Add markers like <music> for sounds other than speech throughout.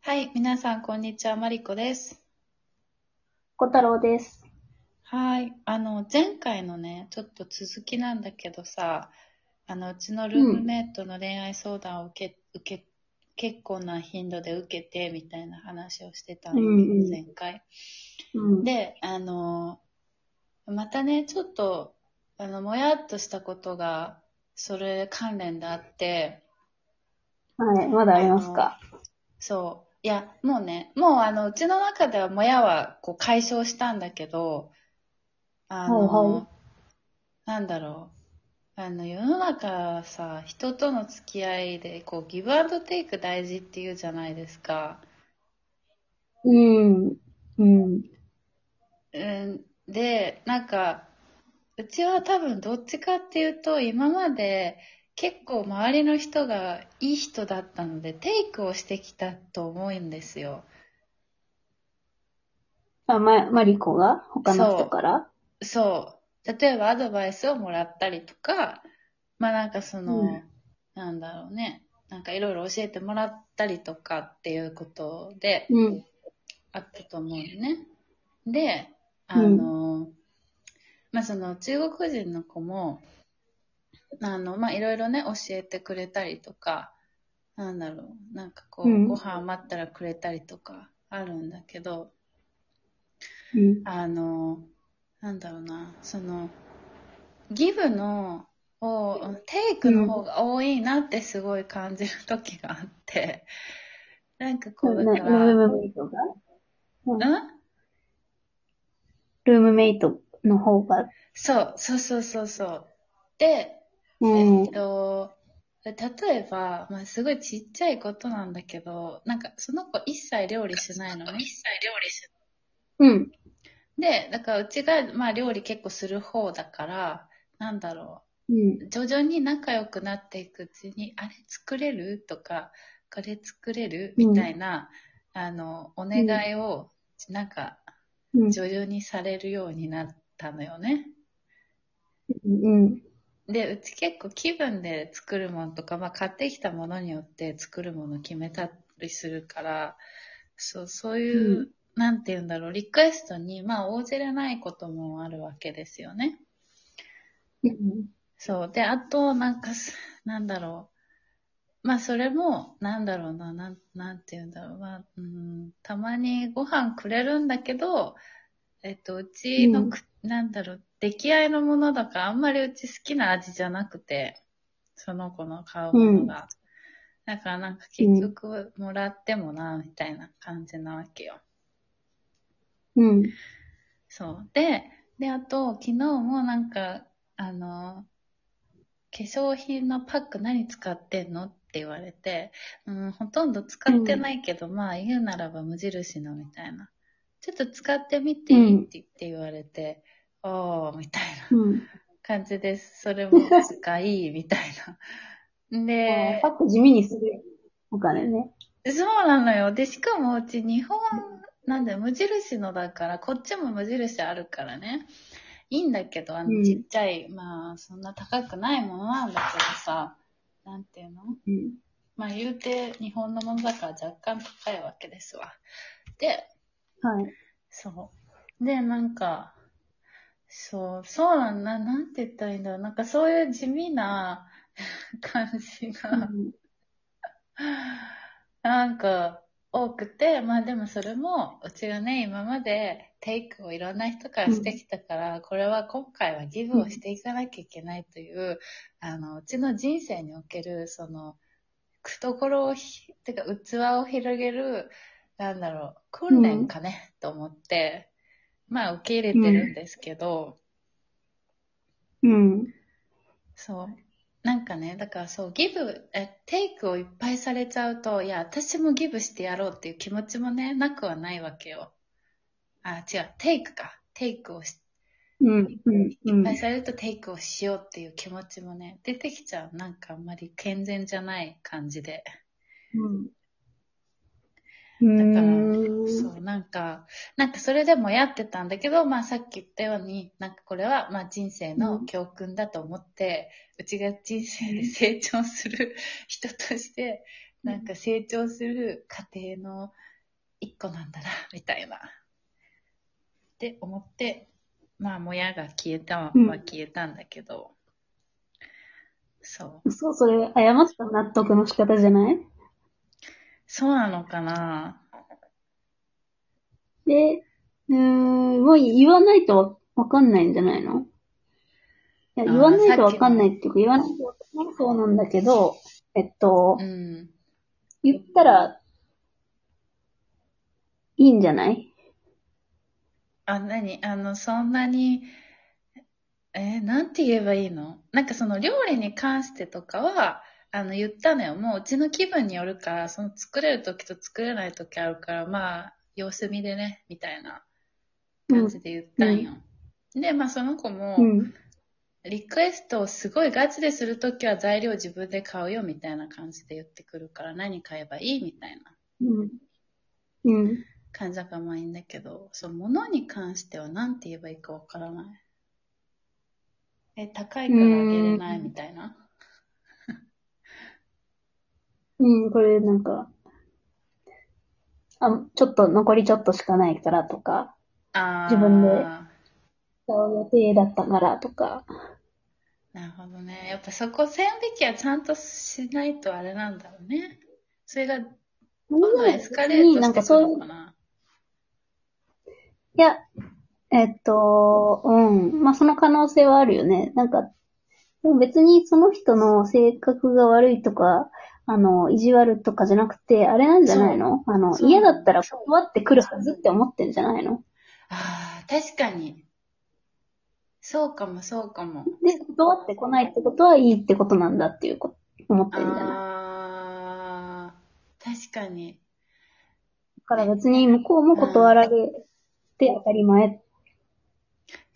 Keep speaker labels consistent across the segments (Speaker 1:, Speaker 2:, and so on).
Speaker 1: はい、皆さん、こんにちは。マリコです。
Speaker 2: 小太郎です。
Speaker 1: はい。あの、前回のね、ちょっと続きなんだけどさ、あの、うちのルームメイトの恋愛相談を受け、受け、結構な頻度で受けて、みたいな話をしてたの、
Speaker 2: うんうん
Speaker 1: 前回。
Speaker 2: うん。
Speaker 1: で、あの、またね、ちょっと、あの、もやっとしたことが、それ関連であって、
Speaker 2: はい、まだありますか。
Speaker 1: そう。いや、もうね、もうあの、うちの中ではもやはこう解消したんだけど、あの、
Speaker 2: はいはい
Speaker 1: なんだろう。あの、世の中さ、人との付き合いで、こう、ギブアンドテイク大事って言うじゃないですか。
Speaker 2: うん。うん。
Speaker 1: うん、で、なんか、うちは多分どっちかっていうと、今まで結構周りの人がいい人だったので、テイクをしてきたと思うんですよ。
Speaker 2: あ、ま、マリコが他の人から
Speaker 1: そう。例えばアドバイスをもらったりとか、まあなんかその、
Speaker 2: うん
Speaker 1: なんだろうね。なんかいろいろ教えてもらったりとかっていうことで
Speaker 2: うん。
Speaker 1: あったと思うよね。で、あの、まあその中国人の子も、あの、まあいろいろね、教えてくれたりとか、なんだろう、なんかこう、
Speaker 2: うん
Speaker 1: ご飯余ったらくれたりとかあるんだけど、
Speaker 2: うん。
Speaker 1: あの、なんだろうな、その、ギブの、を、テイクの方が多いなってすごい感じる時があって、なんかこう、だ
Speaker 2: な
Speaker 1: か
Speaker 2: ルー
Speaker 1: ら、
Speaker 2: ムメイトが
Speaker 1: うん
Speaker 2: ルームメイトの方が。
Speaker 1: そう、そうそうそうそう。で、
Speaker 2: うん
Speaker 1: えっ。と、例えば、まあ、すごいちっちゃいことなんだけど、なんかその子一切料理しないのね。一切料理し
Speaker 2: うん。
Speaker 1: で、だからうちが、まあ、料理結構する方だから、なんだろう。
Speaker 2: うん。
Speaker 1: 徐々に仲良くなっていくうちに、あれ作れるとか、これ作れる
Speaker 2: うん
Speaker 1: みたいな、あの、お願いを、なんか、
Speaker 2: うん。
Speaker 1: 徐々にされるようになったのよね。
Speaker 2: うん。
Speaker 1: で、うち結構気分で作るものとか、まあ、買ってきたものによって作るもの決めたりするから、そう、そういう、
Speaker 2: う
Speaker 1: なんて言うんだろう、リクエストに、まあ、応じれないこともあるわけですよね。
Speaker 2: うん。
Speaker 1: そう。で、あと、なんかす、なんだろう。まあ、それも、なんだろうな、なん、なんて言うんだろう。まあ、うん、たまにご飯くれるんだけど、えっと、うちのく、なんだろう、出来合いのものだから、あんまりうち好きな味じゃなくて、その子の買うものが。だから、なんか結局、もらってもな、みたいな感じなわけよ。
Speaker 2: うん。
Speaker 1: そう。で、で、あと、昨日もなんか、あの、化粧品のパック何使ってんのって言われて、うん、ほとんど使ってないけど、まあ言うならば無印のみたいな。ちょっと使ってみていいって言って言われて、おー、みたいな
Speaker 2: うん。
Speaker 1: 感じです。それも使い、みたいな。で、
Speaker 2: パック地味にする。お金ね。
Speaker 1: そうなのよ。で、しかもうち日本、なんだよ、無印のだから、こっちも無印あるからね。いいんだけど、あ
Speaker 2: う
Speaker 1: の、
Speaker 2: ん
Speaker 1: ちっちゃい、まあ、そんな高くないものなんだけどさ、なんていうの
Speaker 2: うん。
Speaker 1: まあ、言うて、日本のものだから若干高いわけですわ。で、
Speaker 2: はい。
Speaker 1: そう。で、なんか、そう、そうなんだ、なんて言ったらいいんだろう。なんかそういう地味な <laughs> 感じが、 <sighs> なんか多くて、まあでもそれも、うちがね、今までテイクをいろんな人からしてきたから、これは今回はギブをしていかなきゃいけないという、あの、うちの人生における、その、懐をひ、てか器を広げる、なんだろう、訓練かね、と思って、まあ受け入れてるんですけど、
Speaker 2: うん。
Speaker 1: そう。なんかね、だからそう、ギブ、え、テイクをいっぱいされちゃうと、いや、私もギブしてやろうっていう気持ちもね、なくはないわけよ。あ、違う、テイクか。テイクをし、
Speaker 2: うん。うん。う
Speaker 1: いっ
Speaker 2: ん
Speaker 1: ぱ。いされるとテイクをしようっていう気持ちもね、出てきちゃう。なんかあんまり健全じゃない感じで。
Speaker 2: うん。
Speaker 1: そう、なんか、なんかそれでもやってたんだけど、まあさっき言ったように、なんかこれは、まあ人生の教訓だと思って、うちが人生で成長する人として、なんか成長する過程の一個なんだな、みたいな。って思って、まあ、もやが消えたは
Speaker 2: うん
Speaker 1: 消えたんだけど、そう。
Speaker 2: そう、それ、誤った納得の仕方じゃない
Speaker 1: そうなのかな
Speaker 2: で、うーん、もう言わないとわかんないんじゃないのいや、
Speaker 1: あー
Speaker 2: 言わないとわかんないっていうか、言わないとわかんないそうなんだけど、えっと
Speaker 1: う、ん。
Speaker 2: 言ったら、いいんじゃない
Speaker 1: あ、なにあの、そんなに、えーなんて言えばいいのなんかその料理に関してとかは、あの、言ったのよ。もううちの気分によるから、その作れる時と作れない時あるから、まあ、様子見でね、みたいな感じで言ったんよ。で、まあその子も、
Speaker 2: うん。
Speaker 1: リクエストをすごいガチでするときは材料自分で買うよみたいな感じで言ってくるから何買えばいいみたいな
Speaker 2: うん。うん。
Speaker 1: 感じだからまあいいんだけど、その物に関しては何て言えばいいかわからない。え、高いからあげれないみたいな。
Speaker 2: うん、これなんか、あ、ちょっと、残りちょっとしかないからとか、
Speaker 1: ああ、
Speaker 2: 自分で買う予定だったからとか、
Speaker 1: なるほどね。やっぱそこ線引きはちゃんとしないとあれなんだろうね。それが
Speaker 2: そ
Speaker 1: どんどんエスカレート
Speaker 2: な
Speaker 1: し
Speaker 2: ん
Speaker 1: て
Speaker 2: か
Speaker 1: く
Speaker 2: そうい
Speaker 1: るの
Speaker 2: う
Speaker 1: かな。
Speaker 2: いや、えっと、うん。まあ、その可能性はあるよね。なんか、でも別にその人の性格が悪いとか、あの、意地悪とかじゃなくて、あれなんじゃないのあの、
Speaker 1: そう
Speaker 2: 嫌だったら断ってくるはずって思ってんじゃないの
Speaker 1: ああ、確かに。そうかも、そうかも。
Speaker 2: で、断ってこないってことはいいってことなんだっていうこと、思ってんじゃないだ
Speaker 1: あー確かに。
Speaker 2: から別に向こうも断られて当たり前。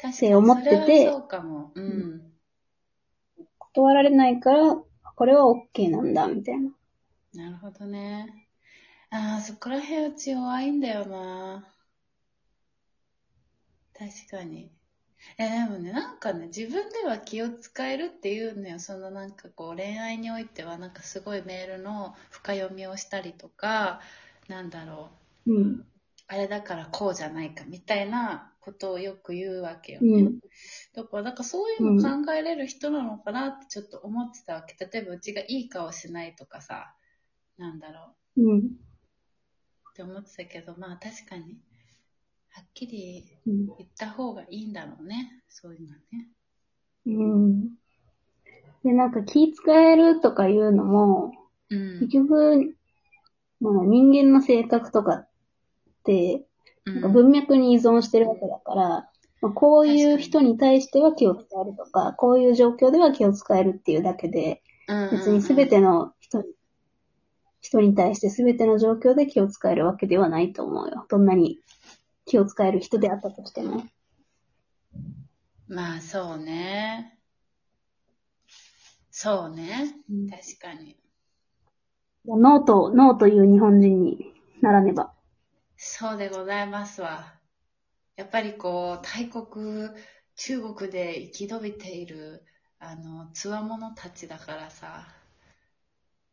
Speaker 1: 確か
Speaker 2: て
Speaker 1: に。
Speaker 2: 思ってて
Speaker 1: それはそうかも。うん。
Speaker 2: 断られないから、これは OK なんだ、みたいな。
Speaker 1: なるほどね。ああ、そこら辺うち弱いんだよな。確かに。え、でもね、なんかね、自分では気を使えるっていうのよ。そのなんかこう、恋愛においては、なんかすごいメールの深読みをしたりとか、なんだろう、
Speaker 2: うん。
Speaker 1: あれだからこうじゃないかみたいなことをよく言うわけよ
Speaker 2: う
Speaker 1: ね。
Speaker 2: ん。
Speaker 1: だから、なんかそういうの考えれる人なのかなってちょっと思ってたわけ。例えばうちがいい顔しないとかさ、なんだろう
Speaker 2: うん。
Speaker 1: って思ってたけど、まあ確かに、はっきり
Speaker 2: うん
Speaker 1: 言った方がいいんだろうね。そういうのはね。
Speaker 2: うん。で、なんか気使えるとかいうのも、
Speaker 1: う
Speaker 2: 結
Speaker 1: ん。
Speaker 2: 局、まあ人間の性格とかって、なんか
Speaker 1: うん、
Speaker 2: 文脈に依存してるわけだから、まあ、こういう人に対しては気を使えるとか、こういう状況では気を使えるっていうだけで、別に全ての人に、人に対して全ての状況で気を使えるわけではないと思うよ。どんなに気を使える人であったとしても。
Speaker 1: うん。まあそうね。そうね。
Speaker 2: うん
Speaker 1: 確かに。
Speaker 2: ノーと、ノーという日本人にならねば。
Speaker 1: そうでございますわ。やっぱりこう、大国、中国で生き延びている、あの、つわものたちだからさ、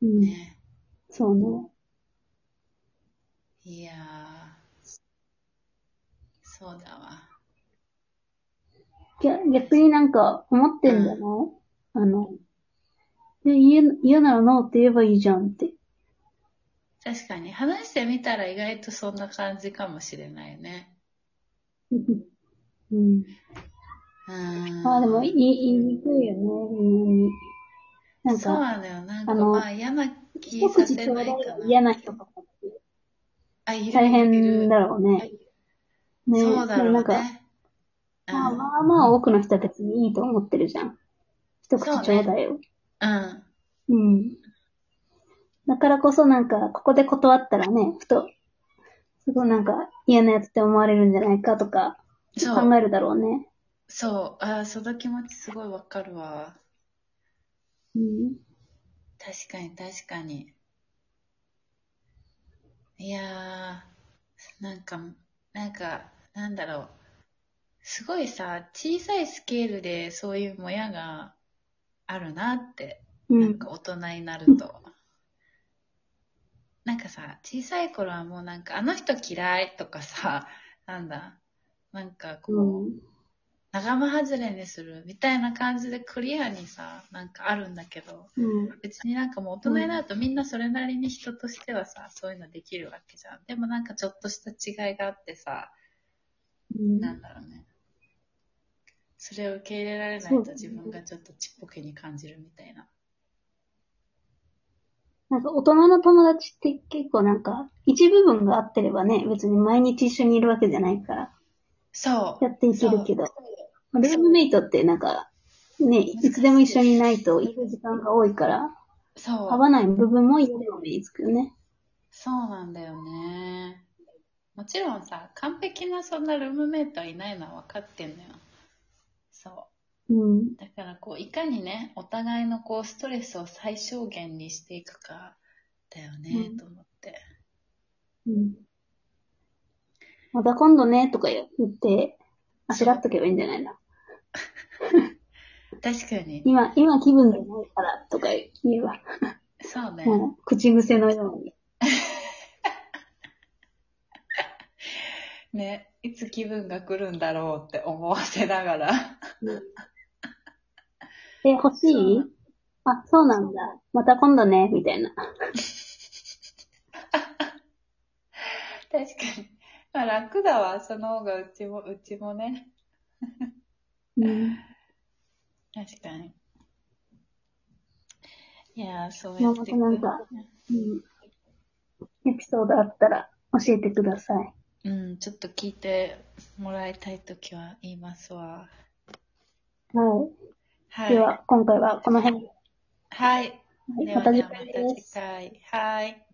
Speaker 2: うん。
Speaker 1: ね。
Speaker 2: そうね。
Speaker 1: いやー、そうだわ。
Speaker 2: ぎゃ逆になんか思ってんじゃない、あの、いや嫌な、嫌ならノーって言えばいいじゃ
Speaker 1: <laughs>
Speaker 2: んって。
Speaker 1: 確かに、話してみたら意外とそんな感じかもしれないね。
Speaker 2: うん。
Speaker 1: うーん。
Speaker 2: まあでも言い、言いにくいよね、微妙に。なん
Speaker 1: そう
Speaker 2: か、
Speaker 1: なのよ。なんか、
Speaker 2: あの
Speaker 1: まあ、嫌な気
Speaker 2: 一
Speaker 1: さ
Speaker 2: 口
Speaker 1: せ
Speaker 2: ちょうだ
Speaker 1: ないいか
Speaker 2: が
Speaker 1: な。
Speaker 2: 嫌な人とかって
Speaker 1: あ、いる
Speaker 2: 大
Speaker 1: いるいる
Speaker 2: 変だろうね。ね
Speaker 1: そうだ
Speaker 2: でも
Speaker 1: ろ
Speaker 2: なん
Speaker 1: う
Speaker 2: か、
Speaker 1: ね。
Speaker 2: まあまあまあ多くの人は別にいいと思ってるじゃん。一口ちょうだいを。
Speaker 1: うん。うん
Speaker 2: うん。だからこそなんか、ここで断ったらね、ふと、すごいなんか嫌なやつって思われるんじゃないかとか、
Speaker 1: そう。
Speaker 2: 考えるだろうね。
Speaker 1: そう、あーその気持ちすごいわかるわ。
Speaker 2: うん。
Speaker 1: 確かに確かに。いやー、なんか、なんか、なんだろう。すごいさ、小さいスケールでそういうもやがあるなって、
Speaker 2: う
Speaker 1: なんん。か大人になると。なんかさ、小さい頃はもうなんか、あの人嫌いとかさ、なんだ、なんかこう、
Speaker 2: うん。
Speaker 1: 仲間外れにするみたいな感じでクリアにさ、なんかあるんだけど、
Speaker 2: うん。
Speaker 1: 別になんかもう大人になるとみんなそれなりに人としてはさ、そういうのできるわけじゃん。でもなんかちょっとした違いがあってさ、
Speaker 2: うん
Speaker 1: なんだろうね。それを受け入れられな
Speaker 2: そ
Speaker 1: いうと
Speaker 2: だね
Speaker 1: 自分がちょっとちっぽけに感じるみたいな。
Speaker 2: なんか大人の友達って結構なんか、一部分が合ってればね、別に毎日一緒にいるわけじゃないから、
Speaker 1: そう。
Speaker 2: やっていけるけど、まあル
Speaker 1: そう
Speaker 2: ームメイトってなんか、ね、いつでも一緒にいないといる時間が多いから、
Speaker 1: そう。
Speaker 2: 合わない部分も嫌でもいいですけどね。
Speaker 1: そうなんだよね。もちろんさ、完璧なそんなルームメイトはいないのは分かってんのよ。そ
Speaker 2: うん。
Speaker 1: う。だからこう、いかにね、お互いのこう、ストレスを最小限にしていくか、だよね、
Speaker 2: うん
Speaker 1: と思って。
Speaker 2: うん。また今度ね、とか言って、あしらっとけばいいんじゃないの
Speaker 1: 確かに。
Speaker 2: 今、今気分じゃないから、とか言えば、
Speaker 1: そうね。
Speaker 2: もう口癖のように。
Speaker 1: ね、いつ気分が来るんだろうって思わせながら。 <laughs>
Speaker 2: え、欲しい
Speaker 1: そう
Speaker 2: あ、そうなんだ。また今度ね、みたいな。
Speaker 1: 確かに。まあ楽だわ、その方がうちも、うちもね。
Speaker 2: うん。
Speaker 1: 確かに。いやー、そうや
Speaker 2: まあ
Speaker 1: っ
Speaker 2: ま
Speaker 1: て
Speaker 2: たなんか、うん。エピソードあったら教えてください。
Speaker 1: うん、ちょっと聞いてもらいたいときは言いますわ。
Speaker 2: は。
Speaker 1: はいい。
Speaker 2: では、今回はこの辺で。
Speaker 1: はい。
Speaker 2: はい
Speaker 1: で
Speaker 2: ま
Speaker 1: は
Speaker 2: た
Speaker 1: で
Speaker 2: 次
Speaker 1: はまた
Speaker 2: 回
Speaker 1: 次
Speaker 2: です。
Speaker 1: 回。はい。